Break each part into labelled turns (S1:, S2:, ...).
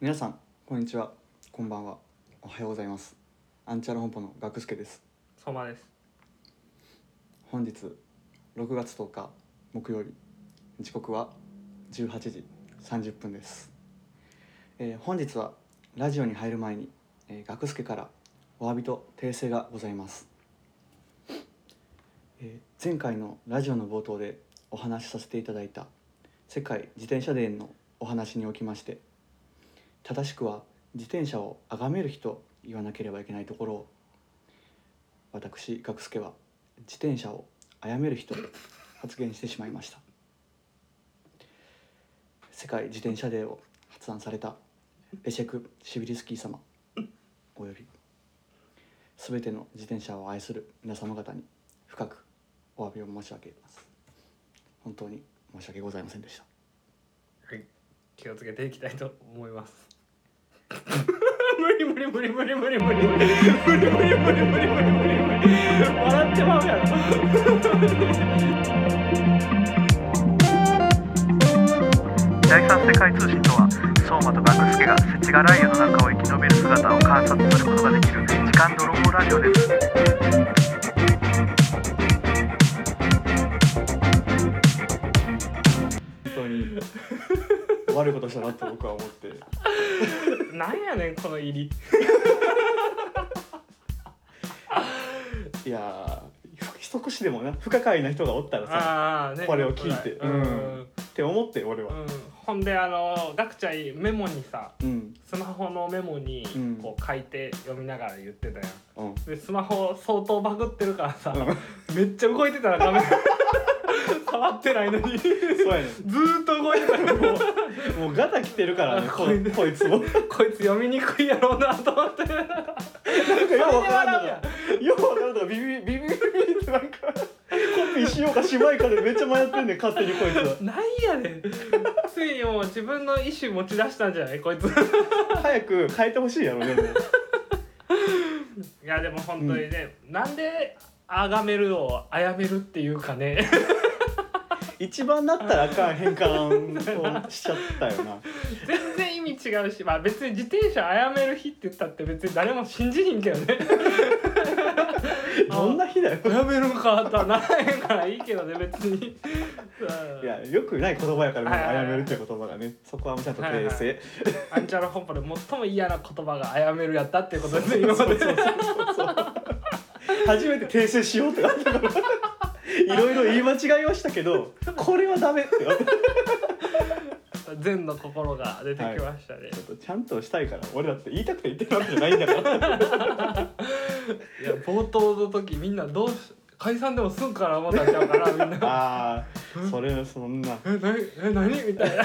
S1: 皆さんこんにちはこんばんはおはようございますアンチャル本舗のガクスケです
S2: 相馬です
S1: 本日6月10日木曜日時刻は18時30分です、えー本日はラジオに入る前に、えー、学助からお詫びと訂正がございます、えー前回のラジオの冒頭でお話しさせていただいた世界自転車デーのお話におきまして正しくは自転車を崇める日と言わなければいけないところを私学助は自転車を殺める人と発言してしまいました世界自転車デーを発案されたレシェク・シビリスキー様および全ての自転車を愛する皆様方に深くお詫びを申し上げます本当に申し訳ございませんでした
S2: はい気をつけていきたいと思います 無理無理無理無理無理無理無理無理無理無理無理無理無理無理笑ってまうやろ
S3: 第三世界通信とは相馬と学助が世知辛い世の中を生き延びる姿を観察することができる時間泥棒ラジオです
S1: 本当に 悪いことしたなと僕は思って
S2: なんやねんこの入り
S1: いやー一口でもな不可解な人がおったらさ
S2: ああね
S1: これを聞いて
S2: うん、
S1: うんって思って俺は
S2: うんほんであのガクちゃんメモにさ
S1: うん
S2: スマホのメモに
S1: うん
S2: こう書いて読みながら言ってたや
S1: う
S2: ん
S1: ん
S2: でスマホ相当バグってるからさ、
S1: うん
S2: めっちゃ動いてたら画面 触ってないのにず
S1: そうやね
S2: ーっと動いてたらもう
S1: もうガタ来てるからねここいつもなんか
S2: こいつ読みにくいやろうなと思って
S1: ようわからんのがようわからんのがビビビビビビってなんかコピーしようかしまいかでめっちゃ迷ってんねん勝手にこいつは
S2: なんやねんついにもう自分の意思持ち出したんじゃないこいつ
S1: 早く変えてほしいやろでも
S2: いやでも本当にね、なんで崇めるを殺めるっていうかね
S1: 一番なったらあかん変換をしちゃったよな
S2: 全然意味違うしまあ別に自転車殺める日って言ったって別に誰も信じひんけど ね
S1: どんな日だよ
S2: やめるんかとはならへんからいいけどね別に
S1: いやよくない言葉やからあやめるっていう言葉がねそこはもうちゃんと訂正
S2: アンチャラ本舗で最も嫌な言葉が殺めるやったっていうことですね今ま
S1: そう
S2: で
S1: そうそうそう初めて訂正しようってなったからいろいろ言い間違いはしたけどこれはダメってなった
S2: 善の心が出てきましたね、
S1: ちょっとちゃんとしたいから俺だって言いたくて言ってるわけじゃないんだから
S2: い、や冒頭の時みんなどうし解散でもすんから思ったんちゃうかな みんな
S1: ああそれそんな
S2: えなにえ何みたいな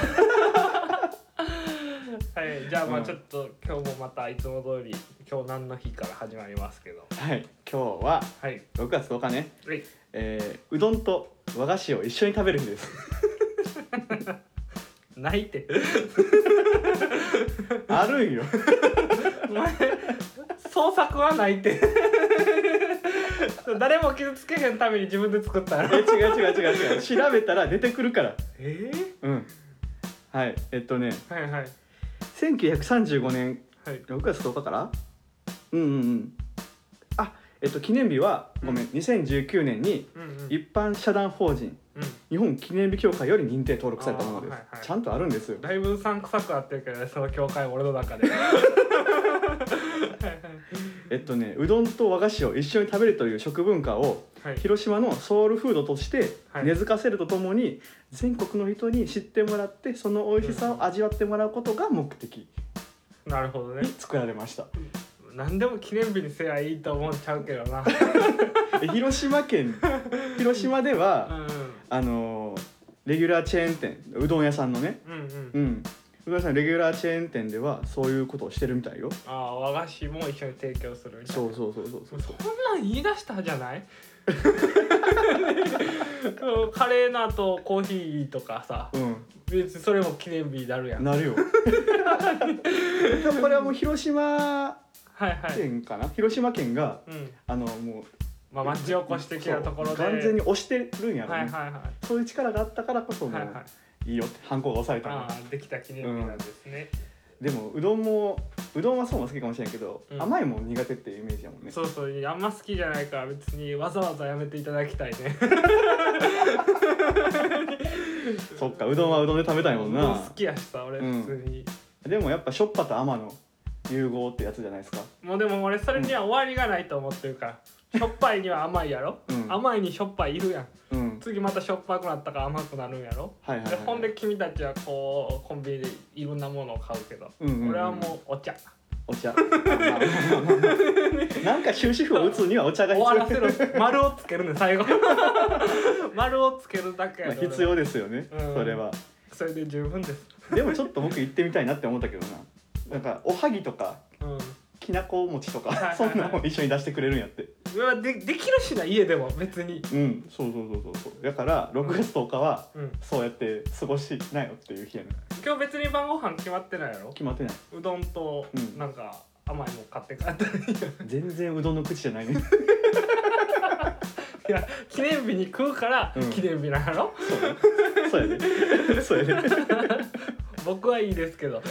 S2: はいじゃあまあ
S1: うん
S2: ちょっと、今日もまたいつも通り今日何の日から始まりますけど
S1: はい今日は
S2: はい
S1: 6月10日ね、
S2: はい
S1: えーうどんと和菓子を一緒に食べる日です
S2: 泣いて
S1: あるんよ
S2: お前創作は泣いて 誰も傷つけへんために自分で作った
S1: え違
S2: の
S1: う違う違う違う調べたら出てくるから
S2: え
S1: うんはいえっとね
S2: ー、はいはい
S1: 1935年
S2: はい
S1: 6月10日からうんうんうんあえっと記念日はごめん2019年に
S2: うんうん
S1: 一般社団法人
S2: う
S1: 日本記念日協会より認定登録されたものです、
S2: あーはいはい
S1: ちゃんとあるんですよ
S2: ん、だいぶうさんくさくあってるけどねその教会俺の中で
S1: えっとねうどんと和菓子を一緒に食べるという食文化を
S2: はい
S1: 広島のソウルフードとして
S2: はい
S1: 根付かせるとともに、全国の人に知ってもらってその美味しさを味わってもらうことが目的
S2: なるほどね
S1: に作られました、
S2: 何でも記念日にせやいいと思っちゃうけど な
S1: え広島県広島では、
S2: うん
S1: あのーレギュラーチェーン店うどん屋さんのね
S2: うんうんう
S1: うんんうどん屋さんレギュラーチェーン店ではそういうことをしてるみたいよ
S2: ああ和菓子も一緒に提供するみたいな
S1: そうそうそうそうそう
S2: そんなん言い出したじゃない そうカレーの後コーヒーとかさ
S1: う
S2: 別にそれも記念日になるや
S1: ん
S2: んはい
S1: な るよでもこれはもう広島
S2: はい
S1: 県かな広島県が
S2: うん
S1: あのもう
S2: まあ町おこし的なところで
S1: そう完全に押してるんやろね、
S2: はいはいは
S1: そういう力があったからこそ
S2: い
S1: も
S2: はいはいう
S1: いいよって反抗が押されたの
S2: ああできた記念日なんですね。
S1: でもうどんもうどんはそうも好きかもしれんけど、
S2: うん
S1: 甘いもん苦手っていうイメージやもんね
S2: そうそうあんま好きじゃないから別にわざわざやめていただきたいね
S1: そっかうどんはうどんで食べたいも んな
S2: 好きやしさ俺
S1: うん
S2: 普通に、
S1: でもやっぱしょっぱと甘の融合ってやつじゃないですか
S2: もうでも俺それには終わりがないと思ってるから、しょっぱいには甘いやろ、
S1: うん
S2: 甘いにしょっぱいいるやん
S1: うん
S2: 次またしょっぱくなったから甘くなるんやろ、
S1: はいはい、はい、
S2: でほんで君たちはこうコンビニでいろんなものを買うけど、
S1: うんうんうん
S2: 俺はもうお茶
S1: お茶 なんか終止符を打つにはお茶が
S2: 終
S1: 必
S2: わ
S1: 要
S2: らせろ 丸をつけるね最後 丸をつけるだけや
S1: まあ
S2: で俺は
S1: 必要ですよね、
S2: うん
S1: それは
S2: それで十分です
S1: でもちょっと僕行ってみたいなって思ったけどななんかおはぎとか
S2: うん
S1: きなこ餅と
S2: はいはいは
S1: か
S2: い
S1: そんなもん一緒に出してくれるんやって
S2: うわでできるしな家でも別に
S1: うんそうそうそうそうそうだから6月10日は
S2: うん
S1: そうやって過ごしなよっていう日やね
S2: 今日別に晩ご飯決まってないやろ
S1: 決まってないう
S2: どんと
S1: うん
S2: なんか甘いもん買って帰ったらいいや
S1: 全然うどんの口じゃ ないね
S2: いや記念日に食うから
S1: うん
S2: 記念日なんやろ、
S1: そうねそうやねそうやね
S2: 僕はいいですけど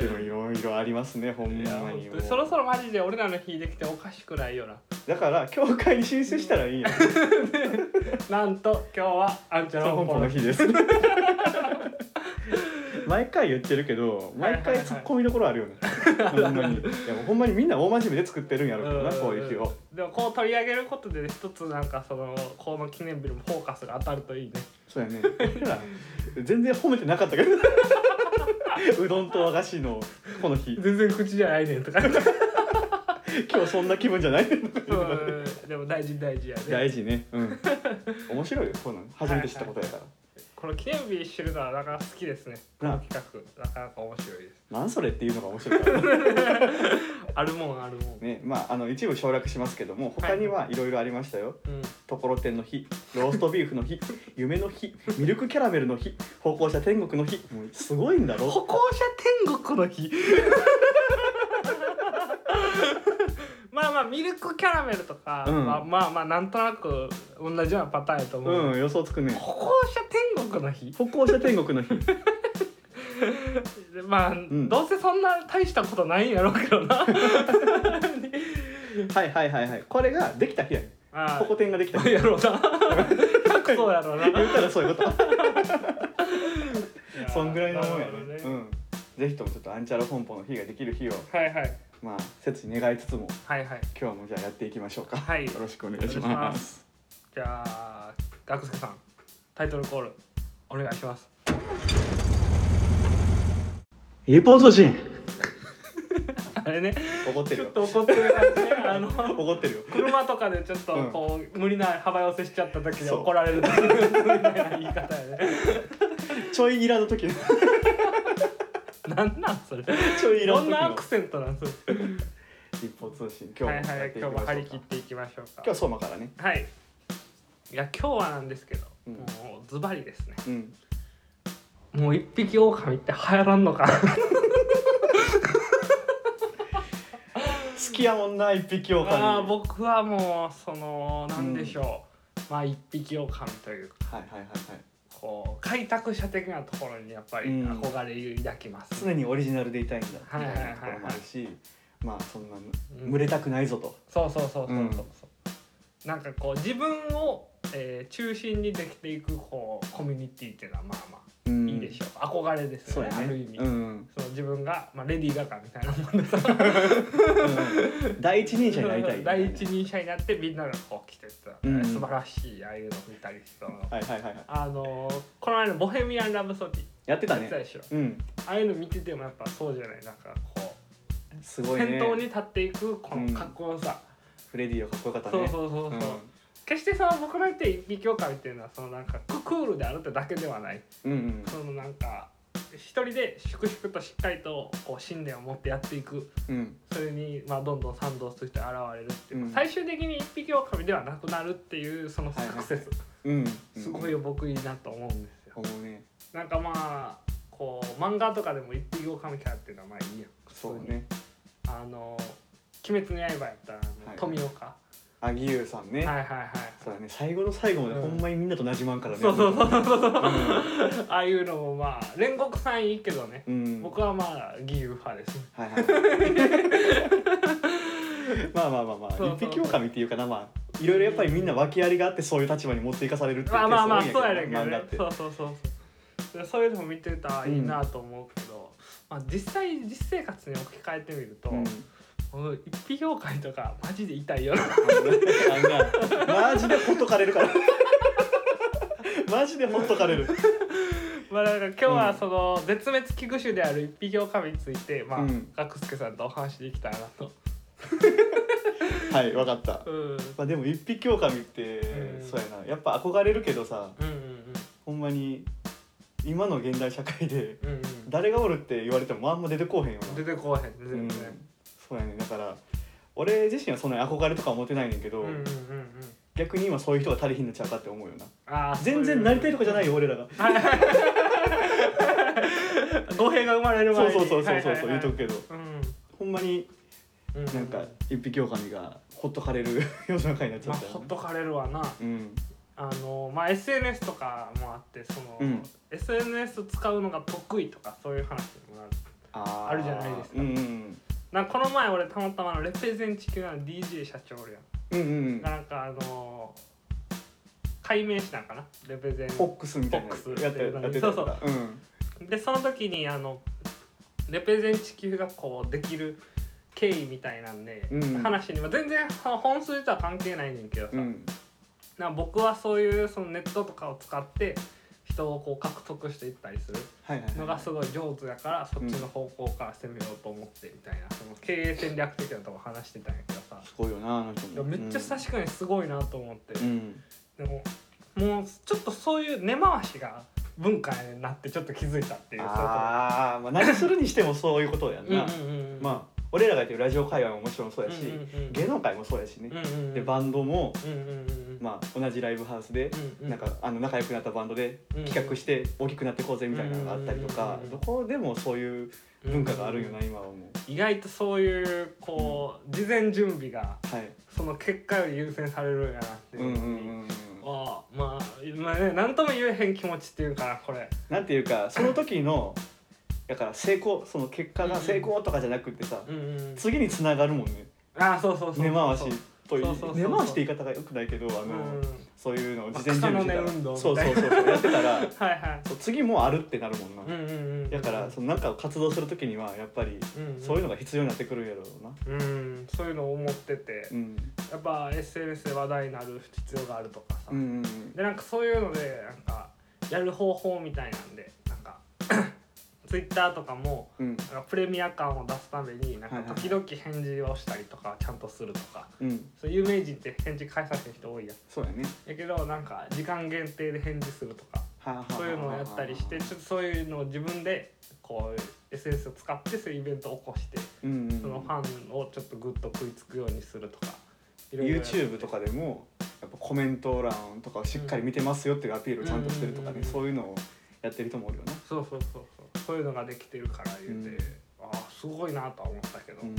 S1: でもいろいろありますねほん
S2: いや
S1: まにも
S2: 本当
S1: う
S2: にそろそろマジで俺らの日できておかしくないよな
S1: だから教会に申請したらいい やん
S2: なんと今日はアンチャラ
S1: 本
S2: 本
S1: 舗
S2: 舗
S1: の
S2: の日
S1: 日です毎回言ってるけど毎回突っ込みどころあるよね、ほんまにいやもうほんまにみんな大真面目で作ってるんやろうけどなこういう日を
S2: でもこう取り上げることで一つなんかそのこの記念日のフォーカスが当たるといいね
S1: そうやねほら全然褒めてなかったけど うどんと和菓子のこの日
S2: 全然口じゃないねんとか
S1: 今日そんな気分じゃない
S2: うんでも大事大事やね
S1: 大事ね うん面白いよこうなの初めて知ったことやから、
S2: この記念日知るのはなかなか好きですねこの企画なかなか面白いです
S1: なんそれっていうのが面白いから
S2: あるもんあるもん、
S1: ね まああの一部省略しますけども他にはいろいろありましたよ、
S2: うん
S1: ところてんの日ローストビーフの 日夢の日ミルクキャラメルの日歩行者天国の日もうすごいんだ
S2: 歩
S1: ろ
S2: 行者天国の日 まあまあミルクキャラメルとか、
S1: うん
S2: まあまあまあなんとなく同じようなパターンやと思う、
S1: うん予想つくね
S2: 歩行者天国の日
S1: 歩行者天 国の日
S2: でまあ、
S1: ん
S2: どうせそんな大したことないんやろうけどな
S1: はいはいはいはいこれができた日やね
S2: あ
S1: 歩行天ができた
S2: あ
S1: 日
S2: やろうな そうやろうな
S1: 言ったらそういうこと そんぐらいのもんやね
S2: なるほ
S1: う
S2: どね
S1: んぜひともちょっとアンチャラ本舗の日ができる日を
S2: はいはい
S1: まあ切に願いつつも
S2: はいはい
S1: 今日もじゃあやっていきましょうか
S2: はい
S1: よろしくお願いし
S2: お願いし
S1: ま
S2: ますすじゃあ学助さんタイトルコールお願いします
S1: 一方通信
S2: あれね
S1: 怒って
S2: ち
S1: る
S2: ょっ
S1: よ
S2: と怒ってる感じねあの
S1: 怒ってるよ
S2: 車とかでちょっとこう、無理な幅寄せしちゃった時に
S1: そう
S2: 怒られるっていう みたいな言い方やね
S1: ちょいイラの 時の
S2: なんなんそれ
S1: ちょいイラ
S2: ど
S1: の
S2: ん
S1: 時
S2: なア
S1: の
S2: クセントなんそれ
S1: 一方通信今
S2: は
S1: 日
S2: い
S1: も
S2: は
S1: やっ
S2: い
S1: ていき
S2: 今
S1: ま
S2: 日
S1: しょうか
S2: も張り切っていきましょう
S1: 今
S2: か
S1: 日相馬からね
S2: はいいや今日はなんですけど、
S1: うん
S2: もうズバリですね
S1: うん
S2: もう一匹狼って流行らんのか
S1: 好きやもんな一匹狼
S2: あー僕はもうそのなんでしょう、まあ一匹狼というか
S1: はいはいはいはい
S2: こう開拓者的なところにやっぱり
S1: うん
S2: 憧れ抱きます、
S1: 常にオリジナルでいたいんだ
S2: はいはいはいは
S1: みたい
S2: い
S1: なところもあるしまあそんな
S2: うん
S1: 群れたくないぞと
S2: そうそうそうそうそ
S1: う
S2: う、
S1: ん
S2: なんかこう自分を、えー中心にできていくこうコミュニティっていうのはまあまあいいでし
S1: ょ
S2: ょう、憧れです
S1: そ
S2: よ
S1: う
S2: ね
S1: や
S2: ある意
S1: ね
S2: 味、
S1: うん うん
S2: その自分が、まあ、レディー・ガガみたいなもんでさ
S1: 第一人者になりたい
S2: 第一人者になってみんながこう来てた、
S1: うん
S2: 素晴らしいああいうの見たりその
S1: はいはいはいはい
S2: あのーこの前の「ボヘミアン・ラブソディ」
S1: やってた
S2: やって
S1: ね
S2: たでしょ
S1: うん
S2: ああいうの見ててもやっぱそうじゃないなんかこ
S1: す
S2: う
S1: ごい
S2: 先
S1: ね
S2: 頭に立っていくこの格好のさ、
S1: フレディはかっこよかったね
S2: そうそうそうそう、決してその僕の言ってる一匹狼っていうのはそのなんかククールであるってだけではない
S1: うんうん
S2: そのなんか一人で粛々としっかりとこう信念を持ってやっていく
S1: うんうん
S2: それにまあどんどん賛同する人が現れるっていう、
S1: うん
S2: 最終的に一匹狼ではなくなるっていうそのサクセス、
S1: うんうん
S2: すごい僕いいなと思うんですよ。
S1: 思うね
S2: なんかまあこう漫画とかでも一匹狼キャラっていうのはまあいいやん
S1: そうね
S2: あの「鬼滅の刃」やったらあの
S1: はい
S2: 富岡、
S1: あ義勇さんね、
S2: はいはいはい
S1: そうだね最後の最後まで
S2: うん
S1: ほんまにみんなとなじまんからね、
S2: そうそうそうそうそうああいうのもまあ煉獄さんいいけどね、
S1: うん、
S2: 僕はまあ義勇派です
S1: はいはいはい、まあまあまあまあ
S2: そうそうそう
S1: 一匹狼っていうかなまあいろいろやっぱりみんな訳ありがあってそういう立場に持っていかされるっていう
S2: まあまあまあ
S1: ケース
S2: そう
S1: 多
S2: や
S1: いん
S2: ねんけど
S1: 漫画
S2: ね
S1: って
S2: そうそうそうそうでそういうのも見てたらいいなと思うけど、まあ、実際実生活に置き換えてみると、
S1: うん
S2: この一匹狼とかマジで痛いよな
S1: あのなマジでほっとかれるからマジでほっとかれる
S2: まあだから今日はその絶滅危惧種である一匹狼について、まあ
S1: うん
S2: 学助さんとお話しできたらなと。
S1: はいわかった
S2: うんうん
S1: まあでも一匹狼って、
S2: ん
S1: そうやなやっぱ憧れるけどさ
S2: うん
S1: ほんまに今の現代社会で
S2: うんうんうん
S1: 誰がおるって言われてもあんま出てこうへんよな
S2: 出てこうへん全然
S1: うん、そうやねだから俺自身はそんなに憧れとかは持てないねんけ
S2: う
S1: ど、
S2: んうんうんうん
S1: 逆に今そういう人が足りひんのちゃうかって思うよな
S2: あー
S1: 全然なりたいとかじゃないよ俺らが
S2: 語弊が生まれる前
S1: そう
S2: に
S1: そうそうそうそう
S2: はいはい
S1: 言
S2: は
S1: う
S2: い
S1: とくけど
S2: う
S1: ほんまに
S2: んう
S1: なんか一匹狼がほっとかれる ような回になっちゃ
S2: まあ
S1: ったよ
S2: ほっ
S1: ね
S2: とかれるわな
S1: うん
S2: あのまあ SNS とかもあってその、
S1: うん
S2: SNS 使うのが得意とかそういう話にもなる
S1: あー
S2: あるじゃないですか
S1: うんうん
S2: なんかこの前俺たまたまあのレペゼン地球の DJ 社長おるやん
S1: うんうん
S2: なんかあの解明したんかなレペゼン
S1: フォックスみたいなやつ
S2: フォックス
S1: やってやってた
S2: そうそう
S1: やってたうん
S2: でその時にあのレペゼン地球がこうできる経緯みたいなんで、
S1: うん
S2: 話に、まあ、全然は本数とは関係ないねんけどさ、
S1: うん
S2: なんか僕はそういうそのネットとかを使って人をこう獲得していったりする
S1: はいはい
S2: の
S1: は
S2: が
S1: い
S2: すごい上手だからそっちの方向から攻めようと思ってみたいなその経営戦略的なとこ話してたんやけどさ
S1: すごいよなあの人
S2: いや
S1: も
S2: めっちゃ確かにすごいなと思って、
S1: うん
S2: でももうちょっとそういう根回しが文化になってちょっと気づいたっていう
S1: ああまあ何するにしてもそういうことやん
S2: そうそう
S1: な
S2: うんうんうんうん
S1: まあ俺らがやってるラジオ界隈ももちろんそうやし、
S2: うんうんうん
S1: 芸能界もそうやしね、
S2: うんうんうん
S1: でバンドも、
S2: うんうんうん
S1: まあ、同じライブハウスで、
S2: うんうん
S1: なんかあの仲良くなったバンドで
S2: うんうん
S1: 企画して大きくなっていこうぜみたいなのがあったりとか、
S2: うんうん
S1: どこでもそういう文化があるよな、
S2: うん
S1: 今はもう。
S2: 意外とそういうこう事前準備が
S1: はい、
S2: その結果より優先されるんやなっていううん
S1: うんう
S2: のに、
S1: んうん
S2: ああまあまあね何とも言えへん気持ちっていうかなこれ
S1: なんていうかその時のだから成功その結果が成功とかじゃなくてさ、
S2: うんうん
S1: 次につながるもんね
S2: ああそうそうそう
S1: 根回しとい
S2: そうそうそう
S1: 根回しって言い方がよくないけどあ
S2: う
S1: の、
S2: ん
S1: そういうのを
S2: まあ
S1: 事前準備してたら
S2: 草の根運動みた
S1: そ
S2: いうな
S1: そうそうそうやってた ら
S2: はいはい
S1: そう次もあるってなるもんな、
S2: うんうんうん
S1: だからそのなんかを活動する時にはやっぱり
S2: うんうん
S1: そういうのが必要になってくるやろうな、
S2: うんそういうのを思ってて
S1: うん、
S2: やっぱ SNS で話題になる必要があるとかさ、
S1: うんうん
S2: でなんかそういうのでなんかやる方法みたいなんでなんか Twitter とかも
S1: うん
S2: なんかプレミア感を出すためになん
S1: はい
S2: か
S1: はいはい
S2: 時々返事をしたりとかちゃんとするとか
S1: うん
S2: そう有名人って返事返させる人多いやん
S1: そうやね
S2: やけどなんか時間限定で返事するとか
S1: はあはあはあ
S2: そういうのをやったりしてちょっとそういうのを自分でこう SNS を使ってそういうイベントを起こして
S1: うんうん
S2: そのファンをちょっとグッと食いつくようにするとか。いろいろやって
S1: YouTube とかでもやっぱコメント欄とかをしっかり見てますよっていうアピールをちゃんとしてるとか
S2: うん
S1: ね
S2: うんうん
S1: そういうのをやってる人もおるよな、
S2: そうそうそうそうそういうのができてるから言うて、
S1: うん
S2: ああすごいなとは思ったけど、
S1: うん、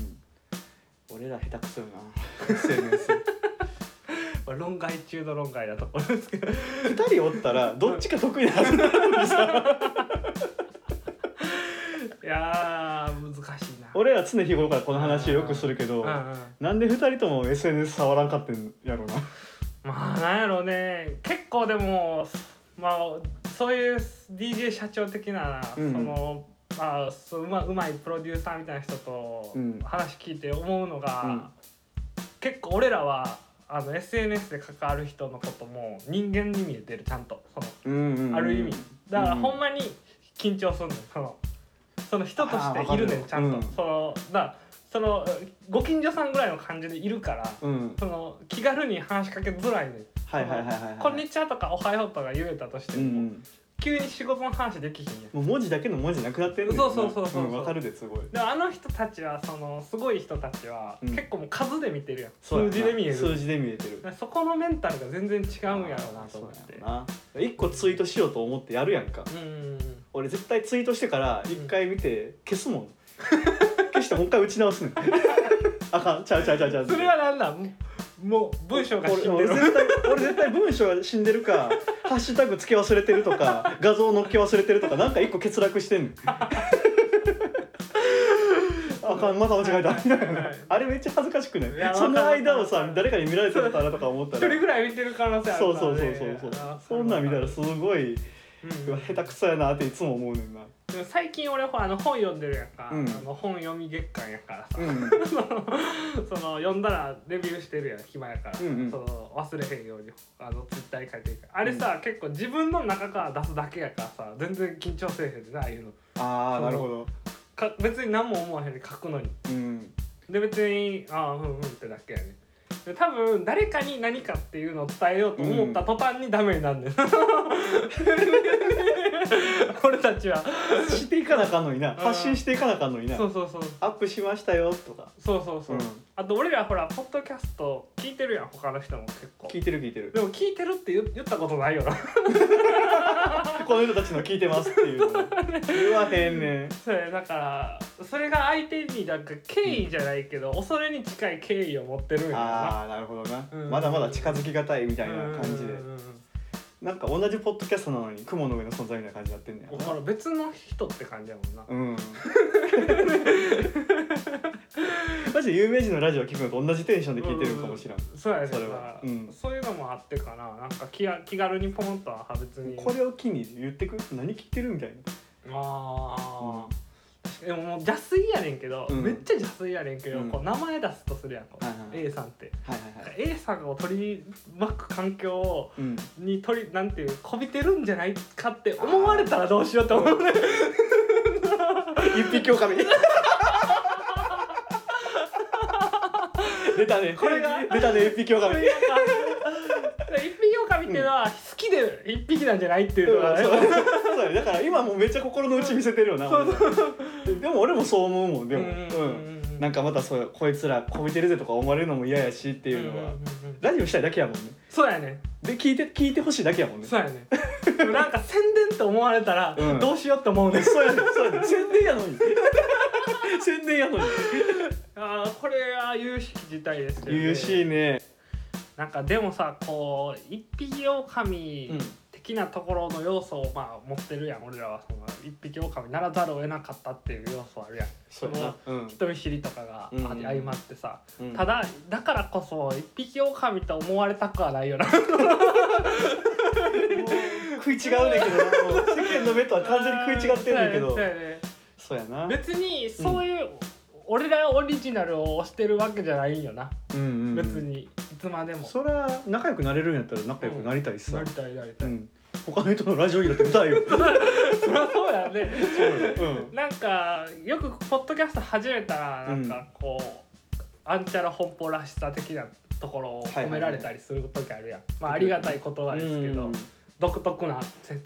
S1: 俺ら下手くそよな SNS
S2: まあ、論外中の論外なところですけど
S1: 二人おったらどっちか得意なはずなのにさ
S2: いやー難しいな
S1: 俺ら常日頃からこの話をよくするけど、
S2: うんうん
S1: なんで二人とも SNS 触らんかってんやろうな
S2: まあなんやろうね結構でもまあそういう DJ 社長的な、
S1: うん
S2: そのまあそううまうまいプロデューサーみたいな人と
S1: うん
S2: 話聞いて思うのが、
S1: うん
S2: 結構俺らはあの SNS で関わる人のことも人間に見えてるちゃんとその
S1: うんうんうん
S2: ある意味だから
S1: うん
S2: ほんまに緊張するのそのその人と
S1: あー
S2: し
S1: わ
S2: て
S1: か
S2: い
S1: る
S2: る
S1: よ
S2: ねんちゃんと、
S1: うん
S2: そのだからそのご近所さんぐらいの感じでいるから
S1: うん
S2: その気軽に話しかけづらいねん
S1: はいはいはいはいはい、
S2: こんにちは」とか「おはよう」とか言えたとして
S1: う
S2: も、
S1: ん
S2: 急に仕事の話できひんや
S1: う
S2: ん
S1: ん、もう文字だけの文字なくなってるんだよな
S2: そうそうそうそう
S1: うんわかるですごい
S2: でもあの人たちはそのすごい人たちは、
S1: うん
S2: 結構もう数で見てるやん
S1: そうや
S2: 数
S1: な
S2: 字で見える
S1: 数字で見えてる
S2: そこのメンタルが全然違うんやろうなと思って
S1: そうやろな一個ツイートしようと思ってやるやんか
S2: うん
S1: 俺絶対ツイートしてから一回見て消すもん、 消してもう一回打ち直すねんあかんちゃうちゃうちゃうちゃう
S2: それはなんなんもう文章 が死んで
S1: 俺
S2: る
S1: 俺絶対俺絶対文章が死んでる かハッシュタグつけ忘れてるとか画像載っけ忘れてるとかなんか一個欠落してん のあかんまた間違えたみたいなあれめっちゃ恥ずかしくない
S2: いや
S1: その間を
S2: わか
S1: さ
S2: る
S1: 誰かに見られてたらとか思った
S2: 一
S1: ら
S2: 人ぐらい見てる可能性ある
S1: そう
S2: か
S1: そ
S2: ら
S1: うそう
S2: ね
S1: そうそう
S2: あー
S1: そんなん見たらすごい
S2: うん
S1: うわ下手くそやなっていつも思うねんな
S2: でも最近俺ほらあの本読んでるやんか、
S1: うん
S2: あの本読み月間やからさ、
S1: うん
S2: その読んだらレビューしてるやん暇やから、
S1: うんうん
S2: その忘れへんようにあのツイッターに書いてるからあれさ、結構自分の中から出すだけやからさ全然緊張せえへんでなああいうの
S1: ああなるほど
S2: か別に何も思わへんで書くのに
S1: うん
S2: で別にああうんうんってだけやねで多分誰かに何かっていうのを伝えようと思った途端にダメになるん だよ、俺たちは
S1: していかなあかんのにな
S2: うん
S1: 発信していかなあかんのにな
S2: そうそうそう
S1: アップしましたよとか
S2: そうそうそう、
S1: うん
S2: あと俺らほらポッドキャスト聞いてるやん他の人も結構
S1: 聞いてる聞いてる
S2: でも聞いてるって言言ったことないよな
S1: この人たちの聞いてますっていうの言わへんねん
S2: それだからそれが相手になんか敬意じゃないけど、恐れに近い敬意を持ってるんや
S1: ああなるほどな、
S2: うん
S1: まだまだ近づきがたいみた
S2: ない
S1: な感じで
S2: うんうんうん
S1: なんか同じポッドキャストなのに雲の上の存在みたいな感じになってんね
S2: う
S1: や
S2: んだか
S1: な
S2: ら別の人って感じやもんな、
S1: うん マジで有名人のラジオ聞くのと同じテンションで聞いてるんかもしらん、
S2: そうやね
S1: それはうん
S2: そういうのもあってかななんか気や気軽にポンとは別に
S1: これを機に言ってく何聞いてるみたい
S2: あ
S1: な、
S2: あ、でももう邪推やねんけど、
S1: うん
S2: めっちゃ邪推やねんけど、
S1: うん
S2: こう名前出すとするやんか、
S1: はいはいはい
S2: A さんって、
S1: はいはいはい
S2: A さんを取り巻く環境
S1: うん
S2: に取りなんていうこびてるんじゃないかって思われたらどうしようって思うね
S1: 一匹狼出たね
S2: これが
S1: 出たね一匹
S2: そ
S1: 狼
S2: れなんか一匹狼っていうのは好きで一匹なんじゃないっていうのがね、
S1: そう そうだねだから今もうめっちゃ心の内見せてるよな
S2: そう
S1: 俺でも俺もそう思うもんでも、う
S2: う
S1: んん
S2: うんうん
S1: なんかまたそうこいつらこびてるぜとか思われるのも嫌やしっていうのは、
S2: んんんうん
S1: ラジオしたいだけやもんね
S2: そうやね
S1: で聞いて聞いてほしいだけやもんね
S2: そうやねでもなんか宣伝って思われたら
S1: うん
S2: どうしようって思うね、ん、
S1: そうやねそうやね宣伝やの に宣伝やのに
S2: あーこれは有識事態ですよね
S1: 優しいね
S2: なんかでもさこう一匹狼
S1: うん
S2: 的なところの要素をまあ持ってるやん俺らはその一匹狼ならざるを得なかったっていう要素あるやん
S1: そうやなうん
S2: 人見知りとかがあ
S1: うん
S2: 相まってさ、
S1: うん
S2: ただだからこそ一匹狼と思われたくはないよな
S1: 食い違うねんけどなもう世間の目とは完全に食い違ってんねん けど
S2: そうやね
S1: そうやなうん
S2: 別にそういう、俺らオリジナルを推してるわけじゃないんよな、
S1: うんうん
S2: 別にいつまでも
S1: そりゃ仲良くなれるんやったら仲良くなりたいしさ、
S2: なりたいなり
S1: う
S2: たい、
S1: ん、他の人のラジオにだって歌 えよ。
S2: そりゃそうやね
S1: うん、
S2: なんかよくポッドキャスト始めたらなんかこう、アンチャラ奔放らしさ的なところを褒められたりする時あるやん、まあ、ありがたい言葉ですけど、独特な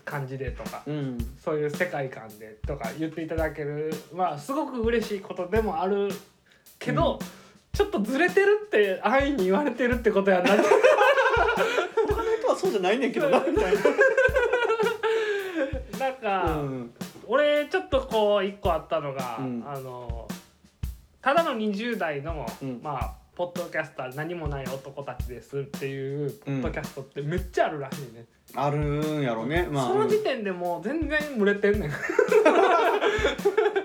S2: 感じでとか
S1: うん、
S2: そういう世界観でとか言っていただけるまあすごく嬉しいことでもあるけど、ちょっとずれてるって安易に言われてるってことや なって
S1: 他の人はそうじゃないねんけどな。みたい
S2: な
S1: な
S2: んか、
S1: うん、
S2: 俺ちょっとこう一個あったのが、
S1: うん
S2: あのただの20代の、
S1: うん
S2: まあポッドキャスター何もない男たちですっていうポッドキャストってめっちゃあるらしいね、
S1: あるんやろね。まあ、
S2: その時点でもう全然群れてんねんっ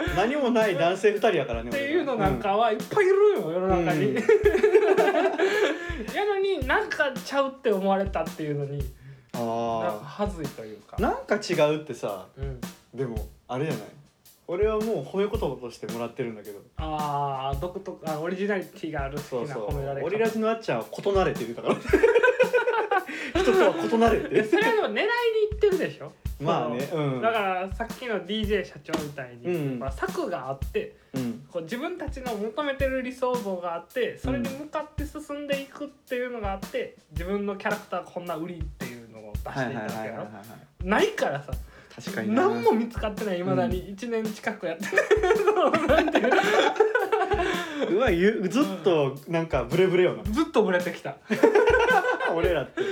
S1: うん何もない男性二人やからね。
S2: ていうのなんかはいっぱいいるよ世の中に、
S1: うん
S2: やのになんかちゃうって思われたっていうのに
S1: 俺
S2: なん
S1: は。
S2: か
S1: あ
S2: 恥ずいというか
S1: あ、なんか違うってさ、
S2: うん、
S1: でもあれじゃない。俺はもう褒め言葉としてもらってるんだけど。
S2: あー独特あオリジナリティがある
S1: そ
S2: 好
S1: う
S2: きな
S1: そう
S2: 褒められ。方
S1: オリラジのあっちゃんは異なれって言うから。 人とは異なれっ
S2: いや
S1: て。
S2: それはでも狙いにいってるでしょ
S1: まあね。うん。
S2: だからさっきの DJ 社長みたいに、
S1: うん
S2: まあ、策があって
S1: うん。
S2: こう自分たちの求めてる理想像があってそれに向かって進んでいくっていうのがあって自分のキャラクターこんな売りっていうのを出していたわけやろ
S1: い。
S2: ないからさ
S1: 確かにな。
S2: 何も見つかってないいまだに1年近くやって る、そうなんていうの
S1: うわゆずっとなんかブレブレよな
S2: ずっとぶれてきた
S1: 俺らって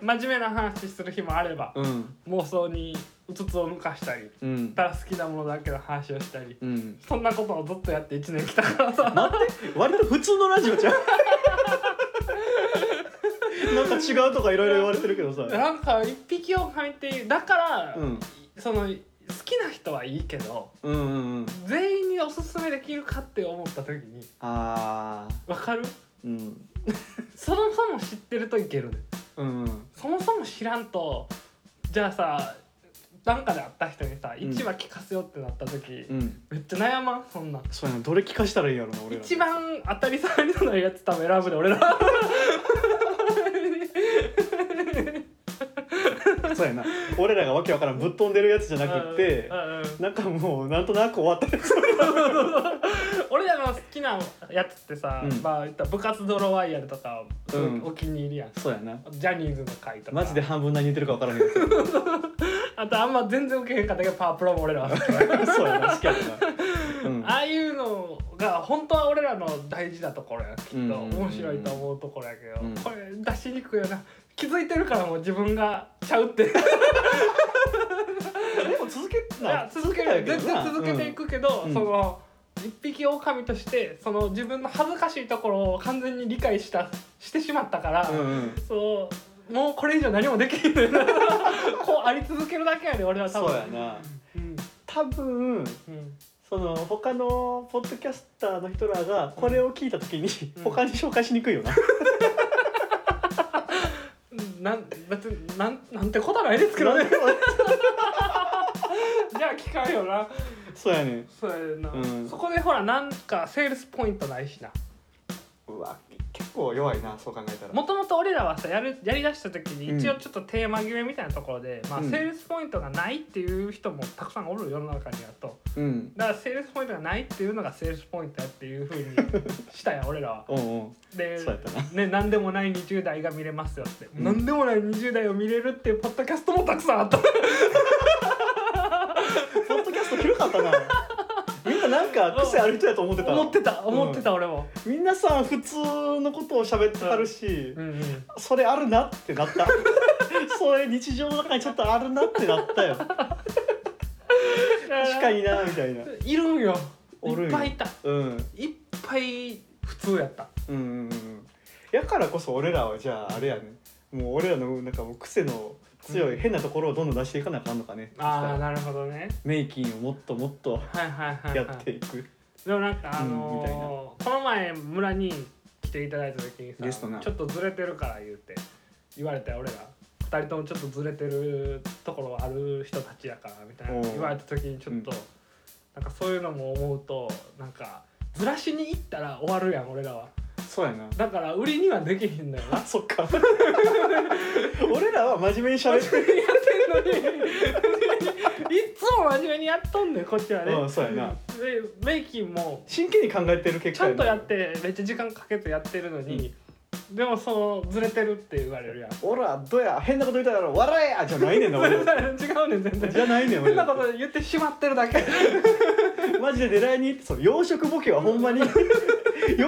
S2: 真面目な話する日もあれば
S1: うん
S2: 妄想にうつつを抜かしたり
S1: うん
S2: ただ好きなものだけの話をしたり
S1: うん
S2: そんなことをずっとやって1年来たからさ
S1: 割と普通のラジオじゃんなんか違うとかいろいろ言われてるけどさ
S2: なんか一匹狼ってだから、
S1: うん
S2: その好きな人はいいけど
S1: うんうんうん
S2: 全員におすすめできるかって思った時に
S1: あー
S2: わかる
S1: うん
S2: そもそも知ってるといけるね
S1: うんうん
S2: そもそも知らんとじゃあさなんかで会った人にさ
S1: うん
S2: 一話聞かせようってなった時、
S1: うん
S2: めっちゃ悩まんそんなん
S1: そうやなどれ聞かしたらいいやろな俺ら
S2: 一番当たり障りのないやつ多分選ぶで俺ら
S1: そうやな俺らがわけわからんぶっ飛んでるやつじゃなくって
S2: うんうんうん
S1: なんかもうなんとなく終わったやつ
S2: 俺らの好きなやつってさ、
S1: うん
S2: まあ言ったら部活ドロワイヤルとか
S1: うん
S2: お気に入りやん、
S1: そうやな
S2: ジャニーズの回とか
S1: マジで半分何言ってるかわからへんやつ
S2: あとあんま全然受けへんかったけどパワープロも俺らは好き
S1: そうやな好きやったなうん
S2: ああいうのが本当は俺らの大事なところやきっと、
S1: うん
S2: 面白いと思うところやけど、
S1: うん
S2: これ出しにくいよな気づいてるからもう自分がちゃ うってい
S1: でも続け
S2: や続ける全然続けていくけど、
S1: うん
S2: その一匹狼としてその自分の恥ずかしいところを完全に理解したしてしまったから、
S1: うんうん
S2: そうもうこれ以上何もできへんねんな こうあり続けるだけやで俺は多分
S1: そうやな
S2: うん
S1: 多分
S2: うん
S1: その他のポッドキャスターの人らがこれを聞いた時に
S2: うん
S1: 他に紹介しにくいよな、
S2: なん別になんなんてことはないですけどねじゃあ聞かんよな
S1: そうやねん
S2: そうやな、
S1: うん
S2: そこでほらなんかセールスポイントないしな
S1: うわ結構弱いなそう考えたら
S2: もともと俺らはさやるやりだした時
S1: う
S2: に
S1: ん
S2: 一応ちょっとテーマ決めみたいなところで、まあ、
S1: う
S2: セ
S1: ん
S2: ールスポイントがないっていう人もたくさんおる世の中にはと
S1: うん
S2: だからセールスポイントがないっていうのがセールスポイントやっていうふうにした やん俺らは。
S1: おうんうん
S2: で
S1: そうやったな
S2: ね、何でもない20代が見れますよって、
S1: うん
S2: 何でもない20代を見れるっていうポッドキャストもたくさんあった
S1: ポッドキャスト広かった なみんななんか癖ある人やと思ってた
S2: 思ってた思ってた俺も、
S1: みんなさ普通のことを喋ってはるし、
S2: うんうん、
S1: それあるなってなった それ日常の中にちょっとあるなってなったよ確かになみたいな
S2: にいるんよ
S1: おるん
S2: いっ
S1: よ
S2: ぱいいた
S1: うん
S2: いっぱい普通やった
S1: うんうんうんやからこそ俺らはじゃああれやねもう俺らのなんかもう癖の強い変なところをどんどん出していかなあかんのかね、そし
S2: あ
S1: た
S2: あ
S1: ら
S2: なるほどね
S1: メイキンをもっともっと
S2: はいはいはい、はい、
S1: やっていく、
S2: でもなんかあ
S1: うんみたいな
S2: のーこの前村に来ていただいた時に
S1: ゲストな
S2: さちょっとずれてるから言うて言われたよ俺ら2人ともちょっとずれてるところある人たちやからみたい
S1: おう
S2: な言われた時にちょっと、
S1: うん
S2: なんかそういうのも思うとなんかずらしに行ったら終わるやん俺らは
S1: そうやな
S2: だから売りにはできひんだよ な
S1: あそっか 俺らは真面目に喋って
S2: やってんのにいつも真面目にやっとんねんこっちはね、
S1: うんそうやな
S2: でメイキンも
S1: 真剣に考えてる結
S2: ちゃ
S1: 果
S2: んと
S1: な
S2: やってめっちゃ時間かけてやってるのに、でもそのずれてるって言われるやん
S1: おらどや変なこと言ったら笑えやじゃないねんな
S2: それ
S1: 俺
S2: ぞ
S1: ら
S2: れ違うねん全
S1: じ
S2: 然
S1: ゃないねん
S2: 変
S1: 俺
S2: な
S1: ら
S2: こと言ってしまってるだけ
S1: マジで狙いに行ってその養殖ボケはほんま に養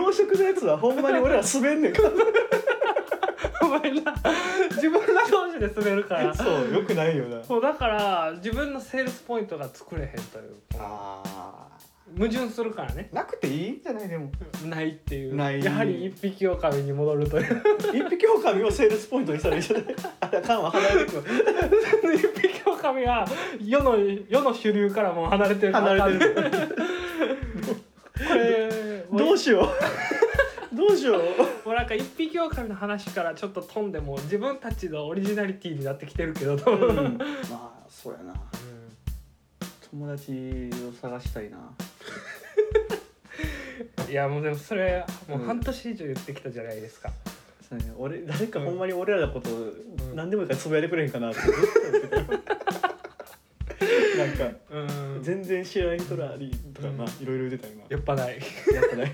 S1: 殖のやつはほんまに俺ら滑んねんか
S2: お前な自分ら同士で滑るからら
S1: そうよくないよな
S2: そうだから自分のセールスポイントが作れへんという
S1: あ
S2: 矛盾するからね
S1: ーなくていいんじゃないでも
S2: ないっていう
S1: ない
S2: やはり一匹狼に戻るという
S1: 一匹狼をセールスポイントにしたらいいじゃないあかんわ離れてくわ
S2: 一匹狼は世の世の主流からもう離れてる
S1: 離れてる
S2: これ
S1: どうしようどうしよう
S2: もうなんか一匹狼の話からちょっと飛んでもう自分たちのオリジナリティになってきてるけどと、 う
S1: うんまあそうやな友達を探したいない
S2: やもうでもそれもううん半年以上言ってきたじゃないですか、
S1: そうやね俺誰かほんまに俺らのこと何でもいいからつぶやいてくれへんかな ってずっと思ってたなんか
S2: うん
S1: 全然知らない人らにとかまあ
S2: う
S1: いろいろ出たよな
S2: やっぱない
S1: やっぱね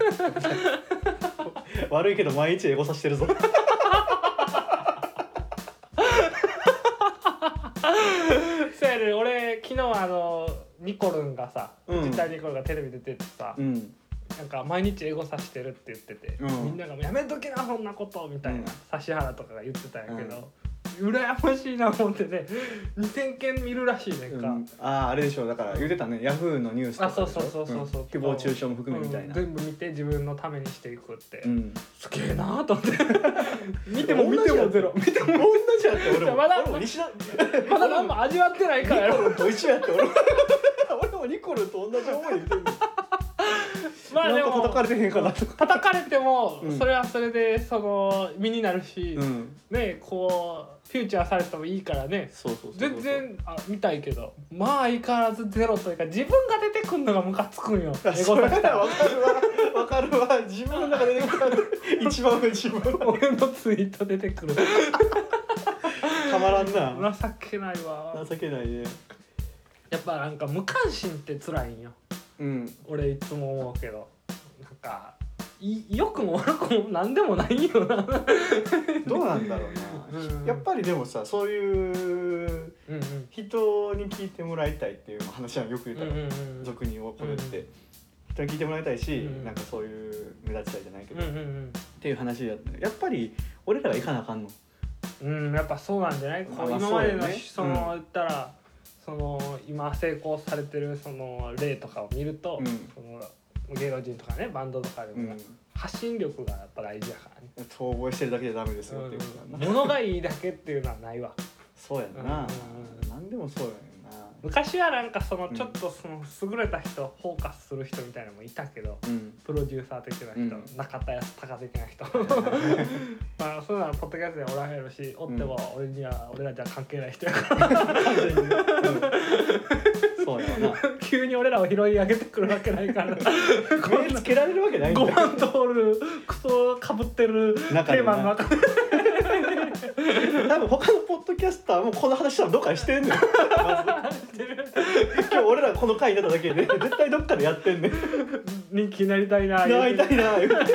S1: 悪いけど毎日エゴさしてるぞ
S2: そうやね俺昨日あのニコルンがさ
S1: うん
S2: 実体ニコルンがテレビ出ててさ、
S1: うん
S2: なんか毎日英語さしてるって言ってて、
S1: うん
S2: みんなが「やめときなそんなこと」みたいな、
S1: うん
S2: 指原とかが言ってたんやけど、羨ましいな思ってね2,000件見るらしいねん
S1: う
S2: か、
S1: ん、あああれでしょうだから言ってたねヤフーのニュースとか
S2: あそう
S1: でし
S2: そ
S1: ょ
S2: うそうそうそう、
S1: ん誹謗中傷も含めみたいな
S2: うん全部見て自分のためにしていくって、
S1: うん
S2: すげえなと思って 見ても見てもゼロ
S1: 同じやって同じやって俺も
S2: まだ
S1: 俺も西田
S2: まだ何も味わってないからや
S1: ニコ
S2: ろ
S1: ルと一緒やって俺も 俺もニコルと同じ思い言ってんの
S2: まあで
S1: なんか
S2: も
S1: 叩かれてへんかなとか
S2: 叩かれても
S1: うん
S2: それはそれでその身になるし、
S1: ん
S2: ねこうフューチャーされてもいいからね
S1: そうそうそうそう
S2: 全然あ見たいけどまあ相変わらずゼロというか自分が出てくんのがムカつくんよ
S1: あ
S2: エ
S1: そ
S2: ゴ
S1: れ
S2: サ
S1: は
S2: したら
S1: わかるわわかるわ自分の中でね一番自分
S2: 俺のツイート出て くる
S1: たまらんな
S2: 情けないわ
S1: 情けないね
S2: やっぱなんか無関心って辛いんよ
S1: うん
S2: 俺いつも思うけどなんかい良くも悪くも何でもないよな、
S1: どうなんだろうな、
S2: うん
S1: やっぱりでもさそういう
S2: うんうん
S1: 人に聞いてもらいたいっていう話はよく言う
S2: う
S1: た
S2: ん
S1: ら、
S2: うんうん
S1: 俗に言おうこれって、
S2: うん
S1: 人に聞いてもらいたいし、
S2: うん
S1: なんかそういう目立ちたいじゃないけ
S2: う
S1: ど、
S2: ん
S1: っ
S2: うん
S1: ていう話だったやっぱり俺らが行かなあかんの
S2: うんうんやっぱそうなんじゃないこう
S1: まあ
S2: 今まで
S1: そう
S2: の
S1: よね
S2: その言ったらその今成功されてるその例とかを見ると
S1: うん
S2: その芸能人とかねバンドとかで
S1: う
S2: も
S1: ん
S2: 発信力がやっぱ大事だからね
S1: 遠吠えしてるだけじゃダメですよっていうことだな、
S2: 物がいいだけっていうのはないわ
S1: そうやんな、
S2: うん
S1: なんでもそうやんな
S2: 昔はなんかその
S1: うん
S2: ちょっとその優れた人をフォーカスする人みたいなのもいたけど
S1: うん
S2: プロデューサー的な
S1: う
S2: 人、
S1: ん
S2: 中田康隆的な 人まあそうなのポッドキャストでおらへんやろしおっても俺には、俺らじゃ関係ない人やから
S1: 完全にねうんそうやわな
S2: 急に俺らを 拾い上げてくるわけないから
S1: 目つけられるわけないんだ
S2: 5
S1: よ
S2: 万通るクソかぶってるテ
S1: 中で
S2: ーマの中で
S1: 多分他のポッドキャスターもこの話多分どっかでしてんねんま
S2: してる
S1: ず今日俺らこの回になっただけで絶対どっかでやってんねん
S2: 人気になりたいな
S1: なりたいな言うて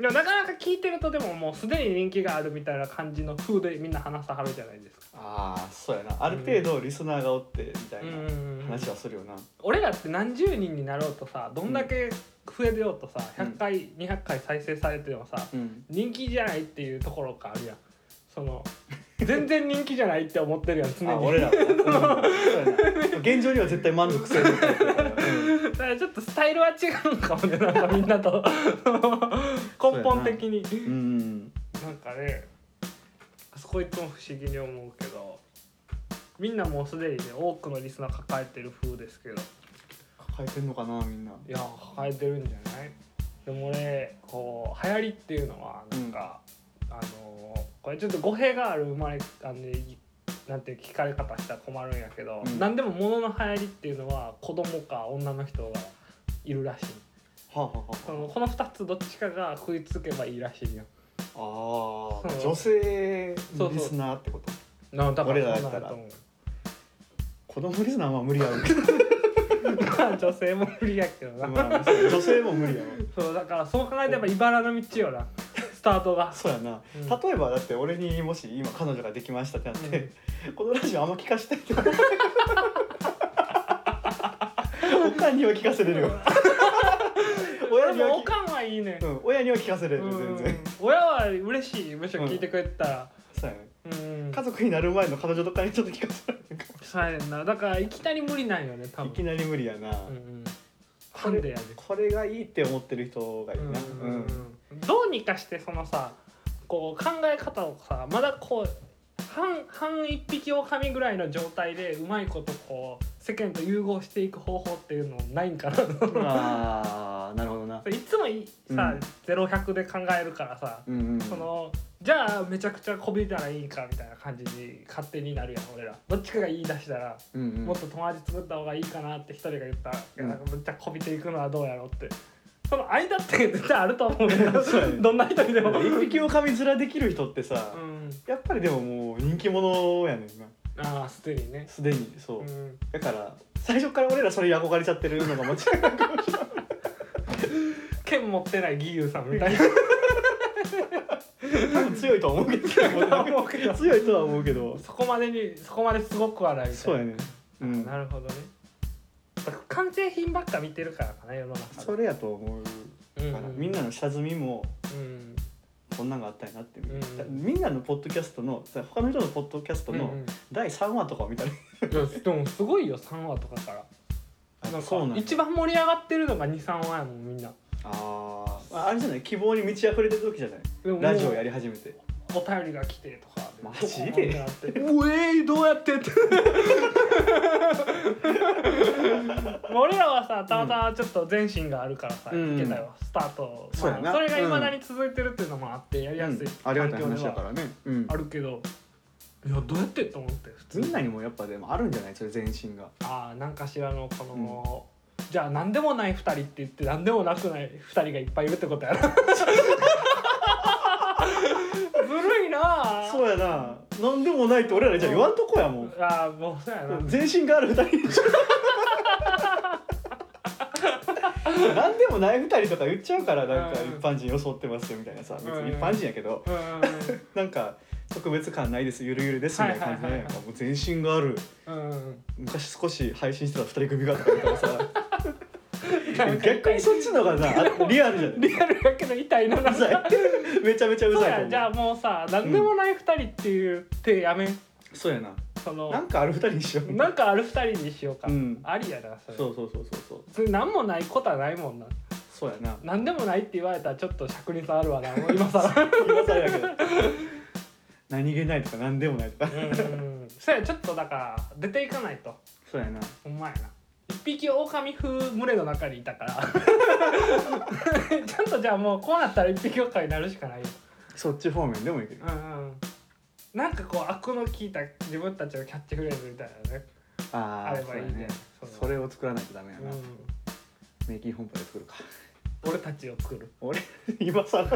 S2: でもなかなか聞いてるとでももうすでに人気があるみたいな感じの風でみんな話さはるじゃないですか
S1: ああそうやなある程度リスナーがおってみたい
S2: うん
S1: な話はするよな
S2: 俺らって何十人になろうとさどんだけ増えようとさ100回、200回再生されてもさ
S1: うん
S2: 人気じゃないっていうところがあるやんその全然人気じゃないって思ってるやん常に
S1: あ俺らはな、うんそうやな現状には絶対満足せるっていうかうん
S2: だからちょっとスタイルは違うんかもねなんかみん なと根本的に
S1: うん
S2: なんかねあそこいつも不思議に思うけどみんなもうすでにね多くのリスナー抱えてる風ですけど
S1: 抱えてんのかなみんない
S2: や抱えてるんじゃないでも俺こう流行りっていうのはなんか、あのーこれちょっと語弊がある生まれあのいなんていう聞かれ方したら困るんやけど、
S1: うん
S2: 何でも物の流行りっていうのは子供か女の人がいるらしい
S1: はあ、は
S2: そのこの2つどっちかが食いつけばいいらしいよ
S1: あはあ、あ
S2: そ
S1: あ
S2: う
S1: 女性
S2: そうそう
S1: リスナーってこと
S2: なだ
S1: 俺らやったら
S2: そうなんだと思う
S1: 子供リスナーは無理 やろうけど、
S2: まあ女性も無理やけどな、
S1: まあそう女性も無理やろう
S2: そうだからそう考えれば茨の道よなスタートが
S1: そうやな、
S2: う ん
S1: 例えばだって俺にもし今彼女ができましたってなって、このラジオあんま聞かせてって言われて おかんには聞かせれるよ 親
S2: で
S1: には
S2: もお
S1: 聞か
S2: かんはいいね、
S1: うん、親には聞かせれる
S2: うん
S1: 全然
S2: 親は嬉しいむしろ聞いてくれてたら、
S1: そうやね
S2: うん
S1: 家族になる前の彼女とかにちょっと聞かせられるか
S2: そうやねんなだからいきなり無理なんよね多
S1: も
S2: 分
S1: いきなり無理やな、
S2: うんうん
S1: こ
S2: なんで
S1: れ
S2: やねん
S1: これがいいって思ってる人がいるな
S2: うんうんうんどうにかしてそのさこう考え方をさまだこう半半一匹狼ぐらいの状態でうまいことこう世間と融合していく方法っていうのないんかな
S1: うん ああなるほどな
S2: それ いつもいさ、
S1: うん
S2: 0100で考えるからさ、
S1: うんうん
S2: そのじゃあめちゃくちゃこびたらいいかみたいな感じに勝手になるやん俺らどっちかが言い出したら、
S1: うんうん
S2: もっと友達作った方がいいかなって一人が言ったら、
S1: うん
S2: なんかめっちゃこびていくのはどうやろうってその間って絶対あると思うねんな
S1: そうやね
S2: どんな人にでも、う
S1: 一匹狼面できる人ってさ、
S2: ん、
S1: やっぱりでももう人気者やねんな
S2: ああすでにね、
S1: すでにそう、
S2: うん、
S1: だから最初から俺らそれに憧れちゃってるのが間違いないかもしれない
S2: 剣持ってない義勇さんみたいな
S1: 多分強いとは思うけど 強いとは思うけど
S2: そこまでにそこまですごくはないみたいな
S1: そうやねうん
S2: なるほどねだから完成品ばっか見てるからかな世の中
S1: それやと思う
S2: う
S1: から、みんなの下積みも
S2: うん
S1: そんなんがあったんやなって、
S2: うん
S1: みんなのポッドキャストのさ他の人のポッドキャスト
S2: うんう
S1: の
S2: ん
S1: 第3話とかを見たら、
S2: いやでもすごいよ3話とかから
S1: あ
S2: なん
S1: そうなん
S2: か
S1: だ
S2: 一番盛り上がってるのが23話やもんみんな
S1: あーああれじゃない希望に満ち溢れてる時じゃない
S2: でも
S1: ラジオや
S2: り
S1: り始めて
S2: お便りが来てとか
S1: マジで
S2: どこまなってうえいどうやってって俺らはさたまたまちょっと前進があるからさ、
S1: うん
S2: いけたよスタート
S1: そうやな
S2: まあれがいまだに続いてるっていうのもあってやりやすい
S1: うんありがたい
S2: 環
S1: 話
S2: 境で
S1: だ
S2: は
S1: からね、うん
S2: あ、るけどいやどうやってと思って普通
S1: みんなにもやっぱでもあるんじゃないそれ全身が
S2: ああ何かしらのこの、じゃあ何でもない2人って言って何でもなくない2人がいっぱいいるってことやなずるいなあ
S1: そうやな何でもないって俺らじゃ言わんとこやもん
S2: ああもうそうやな
S1: 全身がある2人じゃ何でもない2人とか言っちゃうからなんか
S2: うん
S1: 一般人装ってますよみたいなさ別
S2: うん
S1: に一般人やけど
S2: う
S1: なんか特別感ないですゆるゆるですみたいな感じで、
S2: はいはいはいはい
S1: なんかもう全身がある
S2: んうんうん
S1: 昔少し配信してた2人組がとか言ったら さ
S2: なんか
S1: 逆にそっちの方がなリアルじゃない
S2: リアルやけど痛いななん
S1: うざ
S2: か
S1: いめちゃめちゃう
S2: そう
S1: ざいと思
S2: や
S1: う
S2: じゃあもうさ何でもない2人っていう手やめん
S1: そうやな
S2: その
S1: なんかある2人にしよう
S2: なんかある2人にしようか、
S1: うん
S2: ありやなそれ
S1: そうそうそうそうそう
S2: それ何もないことはないもんな
S1: そうやな
S2: 何でもないって言われたらちょっと尺に触るわなもう今さら
S1: 今更やけど何気ないとか何でもないとか
S2: うんそやちょっとだから出ていかないと
S1: そうやな
S2: ほんまやな一匹狼風群れの中にいたから ちゃんとじゃあもうこうなったら一匹狼になるしかないよ
S1: そっち方面でもいいけど
S2: うんうんなんかこう悪の効いた自分たちのキャッチフレーズみたいなね
S1: あ
S2: あ
S1: あ
S2: れ
S1: そ
S2: ば
S1: う
S2: い
S1: や
S2: い
S1: ね
S2: ね
S1: それを作らないとダメや
S2: う
S1: な、
S2: ん、
S1: メイキン本舗で作るか
S2: 俺たちを作る
S1: 俺今 更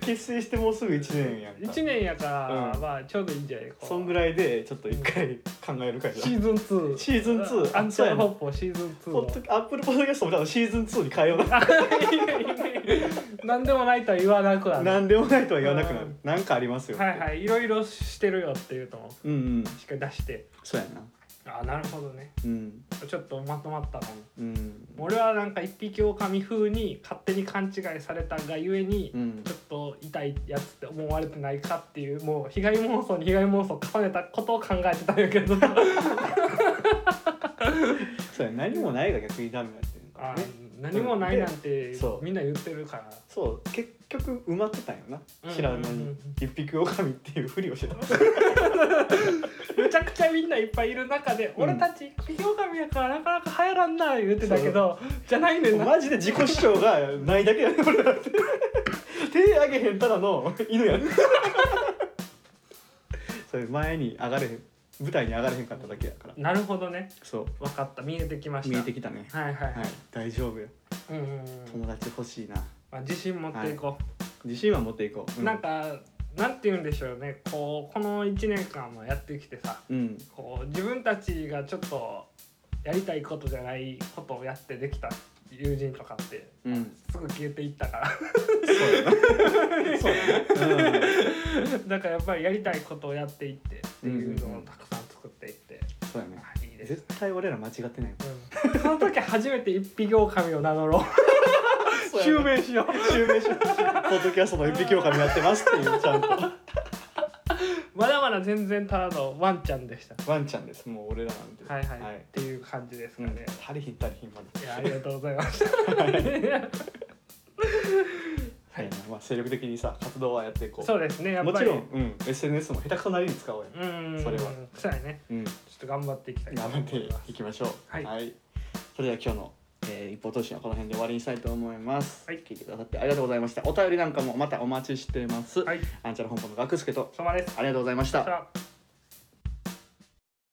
S1: 結成してもうすぐ1年やんか
S2: 1年やから、
S1: うん
S2: まあちょうどいいんじゃない
S1: そんぐ
S2: い
S1: らいでちょっと一回考えるかじゃ
S2: シーズン2
S1: シーズン2
S2: アンチャーホップをシーズン2
S1: ポ
S2: を
S1: ッドアップルポッドキャストも多分シーズン2に変えよう
S2: あ いやいやいや何でもないとは言わなくは
S1: な
S2: ない
S1: 何でもないとは言わなくな
S2: う
S1: る
S2: ん
S1: なんかありますよって
S2: はいはいいろいろしてるよっていうのを
S1: うんうん
S2: しっかり出して
S1: そうやな
S2: あなるほどね
S1: うん
S2: ちょっとまとまったかも
S1: うん
S2: 俺はなんか一匹狼風に勝手に勘違いされたがゆえに、
S1: うん
S2: ちょっと痛いやつって思われてないかっていうもう被害妄想に被害妄想を重ねたことを考えてたん やけど
S1: そうや何もないが逆にダメやってんから
S2: あ
S1: ね
S2: 何もないなんて
S1: そう
S2: みんな言ってるから
S1: そう結局埋まってたんよ
S2: うん
S1: な知らんの
S2: うん
S1: に一匹狼っていうふりを してた
S2: めちゃくちゃみんないっぱいいる中で、
S1: うん
S2: 俺たち一匹狼やからなかなか流行らんな言ってたけどじゃないねんな
S1: マジで自己主張がないだけやねこれだって手あげへんただの犬やねそれ前に上がれへん舞台に上がれへんかっただけやから
S2: なるほどね
S1: そう
S2: 分かった見えてきました
S1: 見えてきたね
S2: はいはい
S1: は
S2: はいい、
S1: 大丈夫よ
S2: うんうんうん
S1: 友達欲しいな
S2: まあ、自信持っていこ
S1: 自信は持っていこう
S2: う、なんかなんて言うんでしょうねこうこの1年間もやってきてさ
S1: うん
S2: こう自分たちがちょっとやりたいことじゃないことをやってできた友人とかって
S1: うん
S2: すぐ消えていったから
S1: そうやなそうやな、うん、
S2: だからやっぱりやりたいことをやっていってっていうのをたくさん作っていって、
S1: そうやね
S2: あいいです
S1: 絶対俺ら間違ってない
S2: うんその時初めて一匹狼を名乗ろう襲名しよう
S1: 襲名しました ポッドキャストの一匹狼やってますっていうちゃんと
S2: まだまだ全然ただのワンちゃんでした
S1: ワンちゃんですもう俺らなんて
S2: はいはい、
S1: はい
S2: っていう感じですかね、
S1: 足りひん足りひんま
S2: い
S1: だ
S2: やありがとうございました
S1: はいまあ精力的にさ活動はやっていこう
S2: そうですねやっぱ
S1: もち
S2: り
S1: ろん、うん、SNS も下手くそなりに使おうや
S2: うん
S1: それは
S2: そうやね
S1: うん
S2: ちょっと頑張っていきたいと
S1: 頑
S2: 思
S1: 張
S2: い
S1: っ
S2: ます
S1: ていきましょう
S2: はい
S1: それでは今日の、えー一方通信はこの辺で終わりにしたいと思います、
S2: はい
S1: 聞いてくださってありがとうございましたお便りなんかもまたお待ちしてます、
S2: はい
S1: あんちゃんの本舗の学助と
S2: お疲れ様です
S1: ありがとうございまし
S2: さ
S1: た
S2: あ